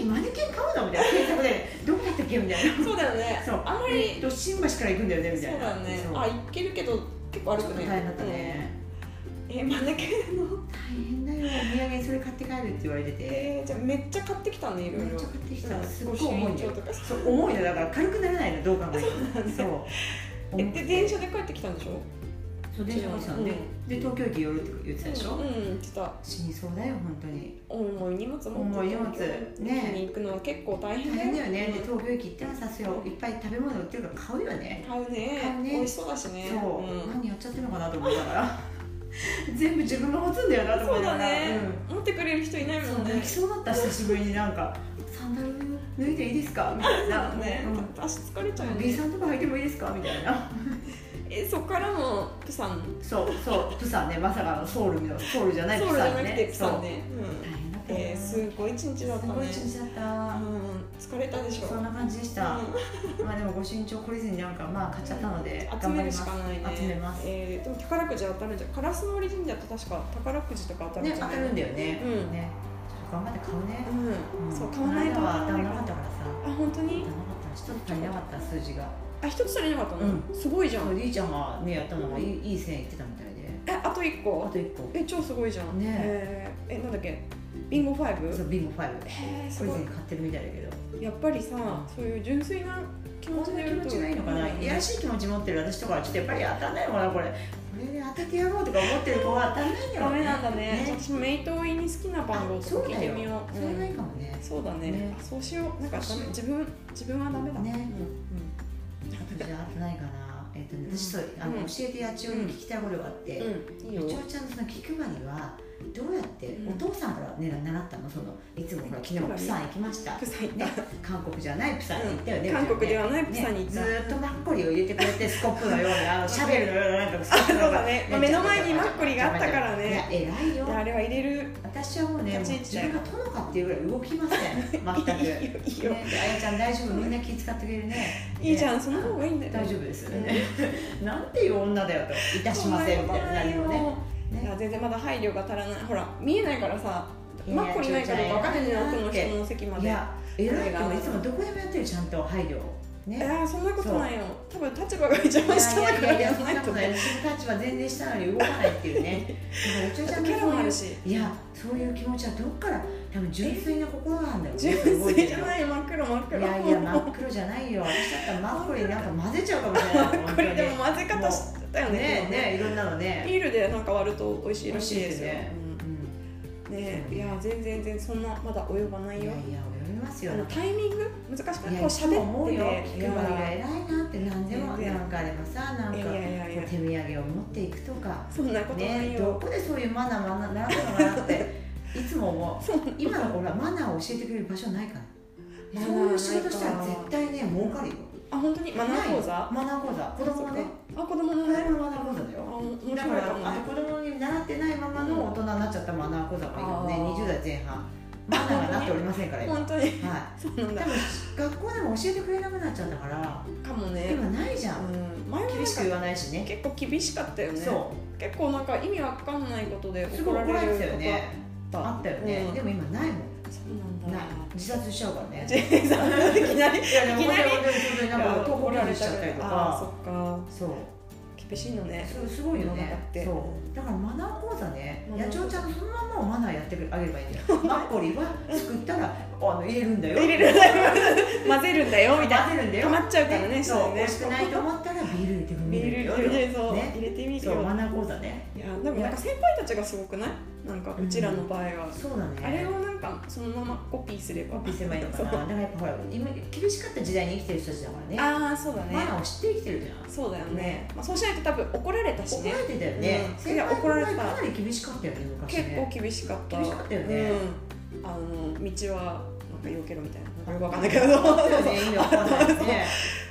Speaker 2: 「えマネケン買うの?」みたいな検索で「どこだったっけ?」みたいな
Speaker 1: うんそうだよね
Speaker 2: そう
Speaker 1: あんま
Speaker 2: えっ
Speaker 1: り
Speaker 2: と新橋から行くんだよねみ
Speaker 1: そ
Speaker 2: たいうな
Speaker 1: だよね
Speaker 2: そう
Speaker 1: あ行けるけど結構歩
Speaker 2: ちょっ
Speaker 1: く
Speaker 2: と
Speaker 1: ね
Speaker 2: 大変だったね、
Speaker 1: うんえマネケンの
Speaker 2: 大変だよお土産にそれ買って帰るって言われてて
Speaker 1: えー、じゃあめっちゃ買ってきたねいろいろ
Speaker 2: めっちゃ買ってきた
Speaker 1: うん
Speaker 2: すごい重いんだよ
Speaker 1: ご朱印帳とか
Speaker 2: そう重いのだから軽くならないのどう考えてもそう
Speaker 1: えで電車で帰ってきたんでしょ
Speaker 2: そう電車もそう
Speaker 1: うん
Speaker 2: でで東京駅寄るって言ってたでしょ、
Speaker 1: うん、うん、ちょっ
Speaker 2: 死にそうだよ本当に
Speaker 1: と重い荷物持って
Speaker 2: 重い荷物
Speaker 1: 東京
Speaker 2: ね
Speaker 1: に行くのは結構大変
Speaker 2: 大
Speaker 1: だよ
Speaker 2: 変だよね、
Speaker 1: うん
Speaker 2: で東京駅行ったらさそれをいっぱい食べ物売ってるから買うよね
Speaker 1: 買うね
Speaker 2: 買うね
Speaker 1: 美味しそうだしね
Speaker 2: そう、
Speaker 1: ん
Speaker 2: 何やっちゃってるのかなと思いながら [LAUGHS] 全部自分が持つんだよなと
Speaker 1: そ
Speaker 2: 思いうな
Speaker 1: だ
Speaker 2: がら
Speaker 1: ね、持ってくれる人いない
Speaker 2: うん、
Speaker 1: も
Speaker 2: そうん泣
Speaker 1: ね
Speaker 2: きそうだった久しぶりになんか「サンダル脱いでいいですか?」みたいな「
Speaker 1: [LAUGHS] ね
Speaker 2: うん、
Speaker 1: 足疲れちゃうよ
Speaker 2: B
Speaker 1: ね
Speaker 2: さんとか履いてもいいですか?」みたいな
Speaker 1: えそこからもプサン
Speaker 2: そうそうプサンねまさかのソウルのソウルじゃない
Speaker 1: ソウ
Speaker 2: プ
Speaker 1: ルじ
Speaker 2: サ
Speaker 1: ゃ
Speaker 2: ン
Speaker 1: なくて
Speaker 2: ね
Speaker 1: プサン
Speaker 2: そう
Speaker 1: ね、
Speaker 2: 大変だった
Speaker 1: うん、
Speaker 2: よ
Speaker 1: えーすごい一日だった
Speaker 2: す
Speaker 1: ね
Speaker 2: ごい一日だ
Speaker 1: う
Speaker 2: っ
Speaker 1: ん疲れたでしたょ
Speaker 2: そんな感じでしたまあでもご身長懲りずになんかまあ買っちゃったので
Speaker 1: 集
Speaker 2: 頑
Speaker 1: め
Speaker 2: 張りま
Speaker 1: るし
Speaker 2: す
Speaker 1: かないね
Speaker 2: 集めます
Speaker 1: えーでも宝くじ当たるんじゃん烏森神社って確か宝くじとか当たるん
Speaker 2: ね
Speaker 1: じゃ
Speaker 2: 当
Speaker 1: な
Speaker 2: た
Speaker 1: い
Speaker 2: るんだよね
Speaker 1: うん
Speaker 2: ね頑張って買うね、
Speaker 1: うん
Speaker 2: ん
Speaker 1: そう買わないと
Speaker 2: この間
Speaker 1: わ
Speaker 2: は
Speaker 1: かん
Speaker 2: 足り
Speaker 1: な
Speaker 2: ない
Speaker 1: から
Speaker 2: かったからさ
Speaker 1: あ本当
Speaker 2: 足り
Speaker 1: に
Speaker 2: なかった一つ足りなかった数字が
Speaker 1: あ一つ足りなかったの、
Speaker 2: う
Speaker 1: すごいじゃ
Speaker 2: そうんりーちゃんがねやったのがいいいい線いってたみたいで
Speaker 1: えあと一
Speaker 2: あ
Speaker 1: 個
Speaker 2: と1個
Speaker 1: え超すごいじゃん
Speaker 2: ね
Speaker 1: えーえなんだっけビンゴファイブ
Speaker 2: そうビンゴ5こ
Speaker 1: へえす
Speaker 2: れ
Speaker 1: ご
Speaker 2: 全
Speaker 1: い
Speaker 2: 部買ってるみたいだけど
Speaker 1: やっぱりさそういう純粋な気持
Speaker 2: こ
Speaker 1: ち
Speaker 2: ん
Speaker 1: で
Speaker 2: な
Speaker 1: や
Speaker 2: 気
Speaker 1: る
Speaker 2: 持
Speaker 1: と
Speaker 2: ちがいいのかな、いやらしい気持ち持ってる私とかはちょっとやっぱり当たんないのかなこれこれで当たってやろうとか思ってる子は当たんないよ
Speaker 1: ダメなんだね
Speaker 2: ね
Speaker 1: 私もメイト追いに好きな番号
Speaker 2: あそ
Speaker 1: とか聞
Speaker 2: う
Speaker 1: い
Speaker 2: だ
Speaker 1: て
Speaker 2: よ
Speaker 1: みよう
Speaker 2: そうれがい
Speaker 1: ん
Speaker 2: いかもね
Speaker 1: そうだね
Speaker 2: ね
Speaker 1: あそうしようなんかダ
Speaker 2: そうしよ
Speaker 1: メ
Speaker 2: う
Speaker 1: 自分自分はダメだ
Speaker 2: ね
Speaker 1: う
Speaker 2: じゃあ当たないかなえっ、とね私そうあの、
Speaker 1: うん
Speaker 2: 教えて八千代に聞きたいことがあって、
Speaker 1: んうんいいよ
Speaker 2: 八千代ちゃんのその気配りはどうやって
Speaker 1: うん
Speaker 2: お父さんから、ね、習ったのそのいつもほら昨日プサン行きました
Speaker 1: プサン行った
Speaker 2: ね、韓国じゃないプサンに行ったよね、
Speaker 1: 韓国で
Speaker 2: は
Speaker 1: はないプ
Speaker 2: ね
Speaker 1: サンに行っ
Speaker 2: ず
Speaker 1: た
Speaker 2: ーっとマッコリを入れてくれてスコップのようなあのシャベルのようななんかスコップ
Speaker 1: そう
Speaker 2: のような
Speaker 1: だねまあ目の前にマッコリがあったからね
Speaker 2: いや偉いよ
Speaker 1: いやあれは入れる
Speaker 2: 私はもうねもう
Speaker 1: 立ち位置
Speaker 2: 自
Speaker 1: だよ
Speaker 2: 分が殿かっていうぐらい動きません全く
Speaker 1: いいよ [LAUGHS] いいよ
Speaker 2: ね、あやちゃん大丈夫みんな気使ってくれるね
Speaker 1: いいじゃ
Speaker 2: ね
Speaker 1: んその方がいいんだよ
Speaker 2: 大丈夫ですよねなんていう女だよといたしませんみたいな何もね
Speaker 1: いや
Speaker 2: ね
Speaker 1: 全然まだ配慮が足らないほら見えないからさマッコリないかどうか分かんないじゃん奥の人の席ま
Speaker 2: い
Speaker 1: で
Speaker 2: や偉いと思ういつもどこでもやってるちゃんと配慮を
Speaker 1: い
Speaker 2: ね
Speaker 1: やそんなことないよ多分立場が一番下だからや
Speaker 2: いやいやいや
Speaker 1: ら
Speaker 2: そん
Speaker 1: ない
Speaker 2: なことと
Speaker 1: ね
Speaker 2: ない私の立場全然下なのに動かないっていうねだからおちょち
Speaker 1: あ
Speaker 2: ゃ
Speaker 1: と
Speaker 2: んの
Speaker 1: キャラもある
Speaker 2: そう
Speaker 1: し
Speaker 2: いういやそういう気持ちはどっから多分純粋な心なんだよ
Speaker 1: 純
Speaker 2: 動い
Speaker 1: 粋
Speaker 2: てる
Speaker 1: じゃ
Speaker 2: の
Speaker 1: ない真っ黒真っ
Speaker 2: い
Speaker 1: 黒
Speaker 2: やいや真っ黒じゃないよ私だったらマッコリなんか混ぜちゃうかもしれない
Speaker 1: これでも混ぜ方知ってたよね
Speaker 2: ねねねいろんなのね
Speaker 1: ビールでなんか割ると美味しいらしいですよ
Speaker 2: 美味しいですねうん
Speaker 1: うんねいや全然全然そんなまだ及ばない
Speaker 2: い
Speaker 1: よ
Speaker 2: やいや泳ぎますよ
Speaker 1: あのタイミング難しく
Speaker 2: い
Speaker 1: ない
Speaker 2: や
Speaker 1: こう
Speaker 2: いつも
Speaker 1: 喋
Speaker 2: 思
Speaker 1: っ
Speaker 2: う
Speaker 1: て
Speaker 2: よ
Speaker 1: て
Speaker 2: 気配りが偉いなって何でも
Speaker 1: いや
Speaker 2: なんかでもさなん
Speaker 1: い
Speaker 2: か
Speaker 1: やいやいやいや
Speaker 2: 手土産を持っていくとか
Speaker 1: そんなことない
Speaker 2: ねど
Speaker 1: よ
Speaker 2: こでそういうマナー学んだのかなって [LAUGHS] いつも思う今の子らマナーを教えてくれる場所ないから
Speaker 1: マナ
Speaker 2: そ
Speaker 1: ーな
Speaker 2: う
Speaker 1: い
Speaker 2: い
Speaker 1: か
Speaker 2: う仕事したら絶対ね儲かるよ
Speaker 1: あ本当にマナー講座
Speaker 2: マナー講座子供はね
Speaker 1: あ子供の
Speaker 2: これ
Speaker 1: ね
Speaker 2: もマナー講座だ
Speaker 1: あ
Speaker 2: よ
Speaker 1: 面白い
Speaker 2: だから
Speaker 1: かも
Speaker 2: あ
Speaker 1: ね
Speaker 2: 子供に習ってないままの大人になっちゃったマナー講座もいいよね
Speaker 1: うん
Speaker 2: 20代前半マナーがなっておりませんから今はい
Speaker 1: 本当にそうなんだ
Speaker 2: 多分学校でも教えてくれなくなっちゃったから
Speaker 1: かもね
Speaker 2: 今ないじゃん
Speaker 1: うん前はなんか
Speaker 2: 厳しく
Speaker 1: 結
Speaker 2: 言わないしね
Speaker 1: 構厳しかったよね
Speaker 2: そ
Speaker 1: 結構なんか意味わかんないことで
Speaker 2: うすご
Speaker 1: 怒ら
Speaker 2: い怒られ
Speaker 1: れる
Speaker 2: てたよ
Speaker 1: と
Speaker 2: ね
Speaker 1: か
Speaker 2: あったよね
Speaker 1: うん
Speaker 2: でも今ないもん
Speaker 1: そうなん
Speaker 2: な
Speaker 1: だ
Speaker 2: い
Speaker 1: [LAUGHS]
Speaker 2: 自殺しちゃうからね
Speaker 1: ジェイさんいきなり
Speaker 2: いやでも
Speaker 1: いきなり
Speaker 2: 本当に本当になんか投稿られちゃったりと
Speaker 1: あーそ
Speaker 2: か
Speaker 1: っか
Speaker 2: そう
Speaker 1: 厳しいのね
Speaker 2: そうすごいよ
Speaker 1: 世の中
Speaker 2: ね
Speaker 1: って
Speaker 2: そうだからマナー講座ね
Speaker 1: うん
Speaker 2: 野鳥ちゃんのそのままをマナーやってあげればいいんだよマッコリは作ったらあの入れるんだよ
Speaker 1: 入れるんだよ混ぜるんだよみたいな
Speaker 2: 混ぜるんだ
Speaker 1: 溜
Speaker 2: よ
Speaker 1: まっちゃうからね
Speaker 2: そう
Speaker 1: 下にね
Speaker 2: 美味しくないと思ったらビール入れてくるん
Speaker 1: ビー
Speaker 2: だ
Speaker 1: ル
Speaker 2: よ
Speaker 1: 入れてそう
Speaker 2: ね
Speaker 1: 入れてみる
Speaker 2: そう
Speaker 1: よ
Speaker 2: マナー講座ね
Speaker 1: いやでもなんか先輩たちがすごくないなんかうちらの場合は
Speaker 2: そうだね
Speaker 1: あれをなんかそのままコピーすれば
Speaker 2: コピーすればいいのかなだからやっぱほら今厳しかった時代に生きてる人たちだからね
Speaker 1: ああそうだね
Speaker 2: マナーを知って生きてるじゃん
Speaker 1: そうだよね
Speaker 2: ね、
Speaker 1: まあ、そうしないと多分怒られたし
Speaker 2: 怒
Speaker 1: ね
Speaker 2: られてたよね
Speaker 1: うん
Speaker 2: 先輩
Speaker 1: いや怒られた
Speaker 2: の場合かなり厳しかったよね昔
Speaker 1: 結構
Speaker 2: ね
Speaker 1: 厳しかった
Speaker 2: 厳しかったよね
Speaker 1: うん、あの道はなんかよけろみたいななんかよくわかんないけど
Speaker 2: そうだよね意味わかんないですね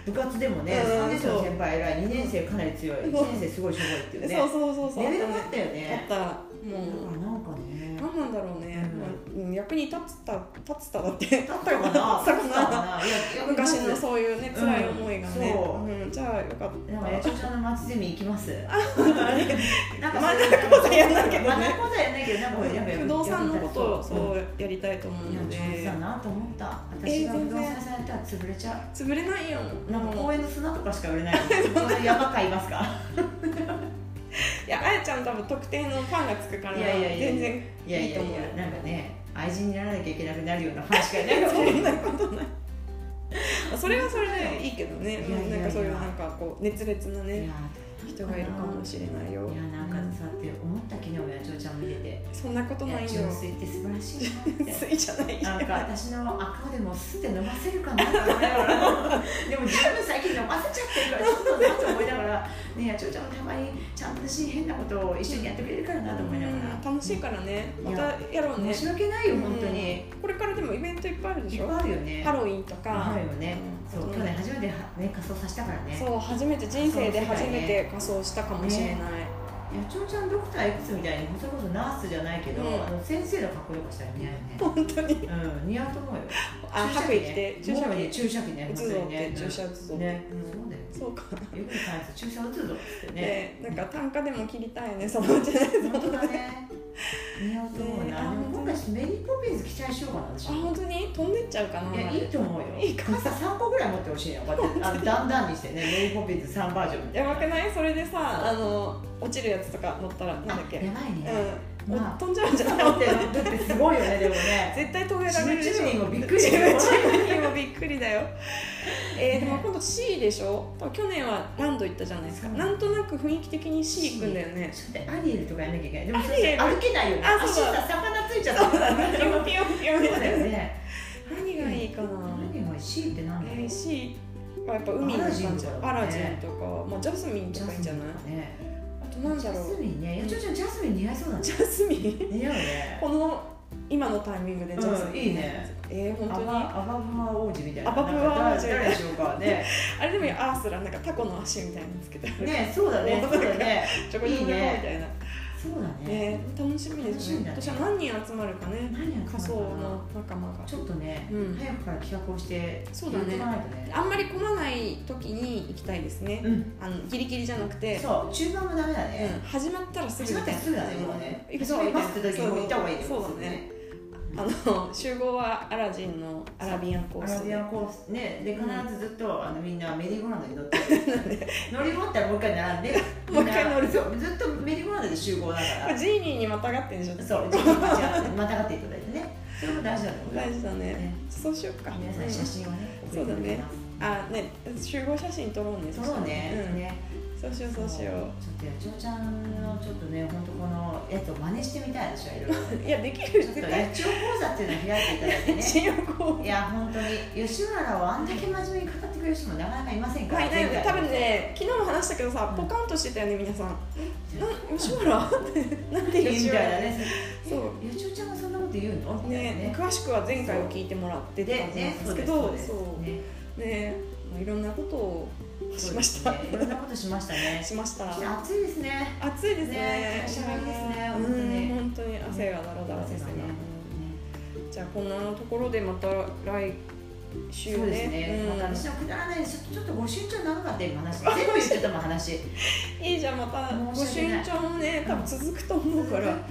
Speaker 2: 部活でもね
Speaker 1: うん
Speaker 2: 3年生の先輩偉い2年生かなり強い
Speaker 1: そう
Speaker 2: 1年生すごいしょぼいっていうね
Speaker 1: そうそうそうそう
Speaker 2: レベルがあったよ
Speaker 1: あっ
Speaker 2: ね
Speaker 1: た
Speaker 2: だか
Speaker 1: もう
Speaker 2: らなんかね
Speaker 1: 何なんだろうね、
Speaker 2: うん
Speaker 1: まあうん、役に立つた立つただって立
Speaker 2: だったかな
Speaker 1: 立つたかない
Speaker 2: やいや
Speaker 1: 昔のそういうね
Speaker 2: うん
Speaker 1: 辛い思いがね、
Speaker 2: そ
Speaker 1: うんじゃあよかっ
Speaker 2: なんか八千代ちゃんの町ゼミ行きます。なん
Speaker 1: マナー講座やんなきゃね
Speaker 2: マナー講座やんなきゃなんかやっぱ
Speaker 1: た不動産のことを
Speaker 2: うん
Speaker 1: そうやりたいと思う
Speaker 2: いや
Speaker 1: ので、
Speaker 2: 上手だなと思った。私が不動産屋さんやったら潰れちゃ
Speaker 1: 潰れないよ
Speaker 2: う。なんか
Speaker 1: もう
Speaker 2: 公園の砂とかしか売れない。そんな山買いますか。
Speaker 1: いやあやちゃん多分特定のファンがつくから
Speaker 2: いやいやいや
Speaker 1: 全然
Speaker 2: いやい
Speaker 1: いいと
Speaker 2: やい
Speaker 1: 思う
Speaker 2: やなんかね愛人にならなきゃいけなくなるようなファンしかい [LAUGHS] ないか
Speaker 1: そ
Speaker 2: も
Speaker 1: んなことない。 [LAUGHS] それはそれでいいけどね、
Speaker 2: いやいやいや
Speaker 1: なんかそういうなんかこう熱烈ない
Speaker 2: やい
Speaker 1: ね人がいるかもしれないよ。
Speaker 2: やなんかさって思った昨日八千代ちゃん見てて。
Speaker 1: そんなこと
Speaker 2: い
Speaker 1: な
Speaker 2: や
Speaker 1: いよ。
Speaker 2: 純粋って素晴らしいなって。
Speaker 1: 水じゃないよ。
Speaker 2: なんか私の赤でも吸って飲ませるかなって思いながらでも十分最近飲ませちゃってるからちょっとなと思いながらねやちょちゃんもたまにちゃんと私変なことを一緒にやってくれるからなと思いなが
Speaker 1: うん楽しいからね。またやろう
Speaker 2: ら、
Speaker 1: ね
Speaker 2: 申。し訳ないよ本当に、いっ
Speaker 1: これからでもイベントいっぱいあるでしょ。
Speaker 2: ぱいあるよね
Speaker 1: ハロウィンとか
Speaker 2: ある。よねそう
Speaker 1: うん
Speaker 2: 去年初めてはね仮装させたからね
Speaker 1: そう初めて人生で初めて仮装したかもしれない。
Speaker 2: やちょちゃんドクター X みたいにそれこそナースじゃないけど、
Speaker 1: うん
Speaker 2: あの先生の格好よくしたら似合うよね
Speaker 1: 本当に
Speaker 2: うん似合うと思うよ
Speaker 1: あ白衣着て注
Speaker 2: 注
Speaker 1: 射
Speaker 2: 射
Speaker 1: 器
Speaker 2: 器ねもうね注射器ね
Speaker 1: 打
Speaker 2: 本
Speaker 1: つぞ
Speaker 2: 当に
Speaker 1: って
Speaker 2: ね
Speaker 1: 注射打つぞって、うんそうか
Speaker 2: うんねそうだよよく返す注射打つぞっつってね
Speaker 1: ねなんか単価でも切りたいよねそのうち [LAUGHS] ね
Speaker 2: 本当だね似合うと思う
Speaker 1: ねあ
Speaker 2: な、でも今回メリーポピンズ着ちゃいしようかな
Speaker 1: あ
Speaker 2: 私
Speaker 1: 本当に飛んでっちゃうかない
Speaker 2: やいいと思うよ
Speaker 1: いいか
Speaker 2: 傘3個ぐらい持ってほしいよこうやって
Speaker 1: [LAUGHS]
Speaker 2: あのだんだんにしてねメリーポピンズ3バージョンみたい
Speaker 1: や
Speaker 2: な
Speaker 1: ばくないそれでさあの落ちるやつとか乗ったらなんだっけ
Speaker 2: あやばいね、
Speaker 1: うん、
Speaker 2: まあ
Speaker 1: 飛んじゃうんじゃない
Speaker 2: だってだってすごいよねでもね
Speaker 1: 絶対止められるでしょ
Speaker 2: チムチムにもびっくりだよ
Speaker 1: チムチムにもびっくりだよえー、でも今度 C でしょ去年は何度行ったじゃないですか
Speaker 2: そう
Speaker 1: なんとなく雰囲気的に C 行くんだよね
Speaker 2: ちょっとアリエルとかやんなきゃいけないでもそ
Speaker 1: アリエ
Speaker 2: れ
Speaker 1: ル
Speaker 2: 歩けないよね
Speaker 1: あ
Speaker 2: 足
Speaker 1: そうだ
Speaker 2: が魚ついちゃった
Speaker 1: そうだねピヨピヨピヨみ
Speaker 2: そう
Speaker 1: た
Speaker 2: だ
Speaker 1: い
Speaker 2: よ
Speaker 1: な
Speaker 2: ね
Speaker 1: 何がいいかな、
Speaker 2: 何が美味しいって何だろ
Speaker 1: え
Speaker 2: う
Speaker 1: ー、C はやっぱ海の感じア
Speaker 2: ア
Speaker 1: ラ
Speaker 2: ラ
Speaker 1: ジ
Speaker 2: ジ
Speaker 1: ン
Speaker 2: ン
Speaker 1: とか、まあ、ジャスミンとかいいんじゃない
Speaker 2: ジャスミンとかね
Speaker 1: あとなん
Speaker 2: ジ
Speaker 1: だ
Speaker 2: ャ
Speaker 1: ろ
Speaker 2: ス
Speaker 1: う
Speaker 2: ミンね、いやちょちょジャスミン似合いそうだね。
Speaker 1: ジャスミン
Speaker 2: 似合うね。
Speaker 1: この今のタイミングでジャスミン、
Speaker 2: うんいいね
Speaker 1: えー、本
Speaker 2: ア
Speaker 1: 当に
Speaker 2: バアバブマ王子みたいな。
Speaker 1: アバブマ王子
Speaker 2: なんか誰でしょうかね。
Speaker 1: あれでもいいアースラなんかタコの足みたいにつけてある
Speaker 2: ね、そうだね。そうだね。
Speaker 1: ちょこちょこみたいな
Speaker 2: そうだ
Speaker 1: え
Speaker 2: ね。
Speaker 1: ー、楽しみですね今
Speaker 2: 楽
Speaker 1: 年
Speaker 2: し
Speaker 1: は
Speaker 2: みだ
Speaker 1: 何人集まるかね
Speaker 2: 何やった
Speaker 1: 仮想
Speaker 2: のかな
Speaker 1: の仲間が
Speaker 2: ちょっとね、
Speaker 1: うん
Speaker 2: 早くから企画をして、
Speaker 1: そうだね
Speaker 2: 決めておかないとね。
Speaker 1: あんまり混まない時に行きたいですね
Speaker 2: うん。
Speaker 1: あのギリギリじゃなくて
Speaker 2: そう、中盤もダメだ
Speaker 1: う
Speaker 2: ね。
Speaker 1: ん、始まったらすぐ
Speaker 2: 始まったらすぐだね、もうね。
Speaker 1: 行く
Speaker 2: 始
Speaker 1: ぞ
Speaker 2: まり
Speaker 1: みたい
Speaker 2: ま
Speaker 1: な
Speaker 2: すって時にもう行った方がいいよ。
Speaker 1: そうそうだね。あの集合はアラジンのアラビアンコ
Speaker 2: ア
Speaker 1: ー
Speaker 2: ラ
Speaker 1: ス
Speaker 2: ビ
Speaker 1: で
Speaker 2: アコースねで必ずずっと、あのみんなメリーゴーランドに乗って乗り終わったらもう一回並んで
Speaker 1: [LAUGHS] もう一回乗る
Speaker 2: みんなそうずっとメリーゴーランドで集合だか
Speaker 1: これ
Speaker 2: ら
Speaker 1: ジーニーにまたがってんでしょ
Speaker 2: そう自分たちがまたがっていただいてねそれも大事だと思う
Speaker 1: [LAUGHS]
Speaker 2: よ
Speaker 1: 大事だね
Speaker 2: ね
Speaker 1: そうしようか
Speaker 2: 皆さん写真をね
Speaker 1: そうだねあね集合写真撮ろうね
Speaker 2: 送ってくれてますそうね,、
Speaker 1: うん、
Speaker 2: ね
Speaker 1: そうしようそうしよう
Speaker 2: ちょっとやちおちゃんのちょっとね本当このやつを真似してみたいでしょいろいろ
Speaker 1: いやできる
Speaker 2: ちょっと
Speaker 1: 絶
Speaker 2: や
Speaker 1: 対
Speaker 2: ちお講座っていうのを開いていただいて
Speaker 1: [LAUGHS]
Speaker 2: ね
Speaker 1: 信用候補
Speaker 2: いや本当に吉村をあんだけ真面目に語ってくれる人もなかなかいませんか
Speaker 1: は
Speaker 2: ら
Speaker 1: いない
Speaker 2: 前回
Speaker 1: 多分ね昨日も話したけどさ
Speaker 2: う
Speaker 1: ポ
Speaker 2: ん
Speaker 1: カンとしてたよね皆さんな吉
Speaker 2: [LAUGHS]
Speaker 1: 村ってなんで
Speaker 2: み
Speaker 1: 吉
Speaker 2: た
Speaker 1: 村
Speaker 2: いなね
Speaker 1: そう
Speaker 2: えよちおちゃんがそんなこと言うのみたいな
Speaker 1: ね詳しくは前回を聞いてもらって
Speaker 2: で
Speaker 1: って感じなん
Speaker 2: ね
Speaker 1: で
Speaker 2: そ
Speaker 1: す
Speaker 2: う
Speaker 1: け
Speaker 2: です
Speaker 1: ど
Speaker 2: そうです
Speaker 1: そう
Speaker 2: ね
Speaker 1: ねまあいろんなことをしました
Speaker 2: そうですねいろんなことしました
Speaker 1: [LAUGHS]
Speaker 2: ね
Speaker 1: しました
Speaker 2: 暑いですね
Speaker 1: 暑いですね
Speaker 2: ね会社がいいですね
Speaker 1: うん
Speaker 2: 本当に
Speaker 1: 本当に汗がだらだらですね
Speaker 2: 汗がね
Speaker 1: じゃあこんなところでまた来週ね
Speaker 2: そうですね、
Speaker 1: うん
Speaker 2: また私のくだらないちょっとちょっとご身長長かった今話全部言ってたもん話
Speaker 1: いいじゃんまたご
Speaker 2: 申し
Speaker 1: 身
Speaker 2: 訳ない
Speaker 1: 長もね多分続くと思うから
Speaker 2: なんか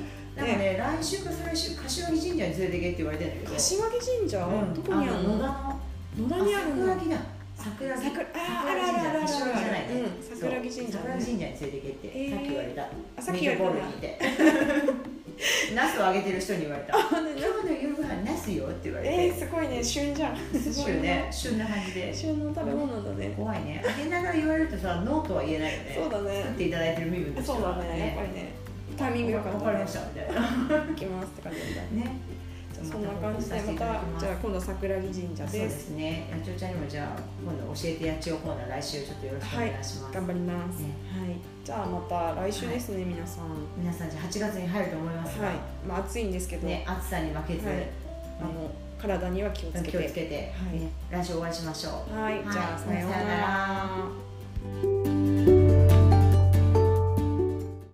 Speaker 2: ね来週か再来週柏木神社に連れてけって言われてんだけど
Speaker 1: 柏木神社、
Speaker 2: うん
Speaker 1: どこにあるの
Speaker 2: 野田
Speaker 1: 野田
Speaker 2: の
Speaker 1: にあるの
Speaker 2: あ桜木だ桜木
Speaker 1: 桜あーあ
Speaker 2: 桜
Speaker 1: る
Speaker 2: 木
Speaker 1: あるあるあるうん桜木神社ね
Speaker 2: 神社柏木じゃないねそう桜木神社に連れてけって、
Speaker 1: へー
Speaker 2: さっき言われた
Speaker 1: あさっき
Speaker 2: ミ
Speaker 1: 言
Speaker 2: ートボ
Speaker 1: われ
Speaker 2: ール
Speaker 1: た
Speaker 2: にいて [LAUGHS] ナスをあげてる人に言われた
Speaker 1: あね
Speaker 2: 今日の夕ご飯ナスよって言われて、
Speaker 1: えー、すごいね旬じゃん
Speaker 2: すごいよね旬な感じで
Speaker 1: 旬の食べ物だね
Speaker 2: 怖いねあげながら言われるとさノーとは言えないよね
Speaker 1: そうだね
Speaker 2: 作っていただいてる身分として
Speaker 1: そうだ
Speaker 2: は
Speaker 1: ねやっぱりねタイミングよかっ
Speaker 2: わ
Speaker 1: た
Speaker 2: かり
Speaker 1: ね
Speaker 2: ましたみたいな
Speaker 1: 行きますって感じだね
Speaker 2: ね
Speaker 1: じゃあそんな感じでまたじゃあ今度は桜木神社
Speaker 2: そうで
Speaker 1: です
Speaker 2: すねやちおちゃんにもじゃあ今度教えてやちおコーナー来週ちょっとよろしくお願いします、
Speaker 1: 頑張ります、
Speaker 2: ね
Speaker 1: はいじゃあまた来週ですね、皆さん
Speaker 2: 皆さんじゃあ8月に入ると思いますが、
Speaker 1: はいまあ暑いんですけど、
Speaker 2: ね、暑さに負けず、
Speaker 1: はいあの体には気をつけ
Speaker 2: 気
Speaker 1: て
Speaker 2: をつけて、
Speaker 1: はい
Speaker 2: ね、来週お会いしましょう
Speaker 1: はい、じゃあさようなら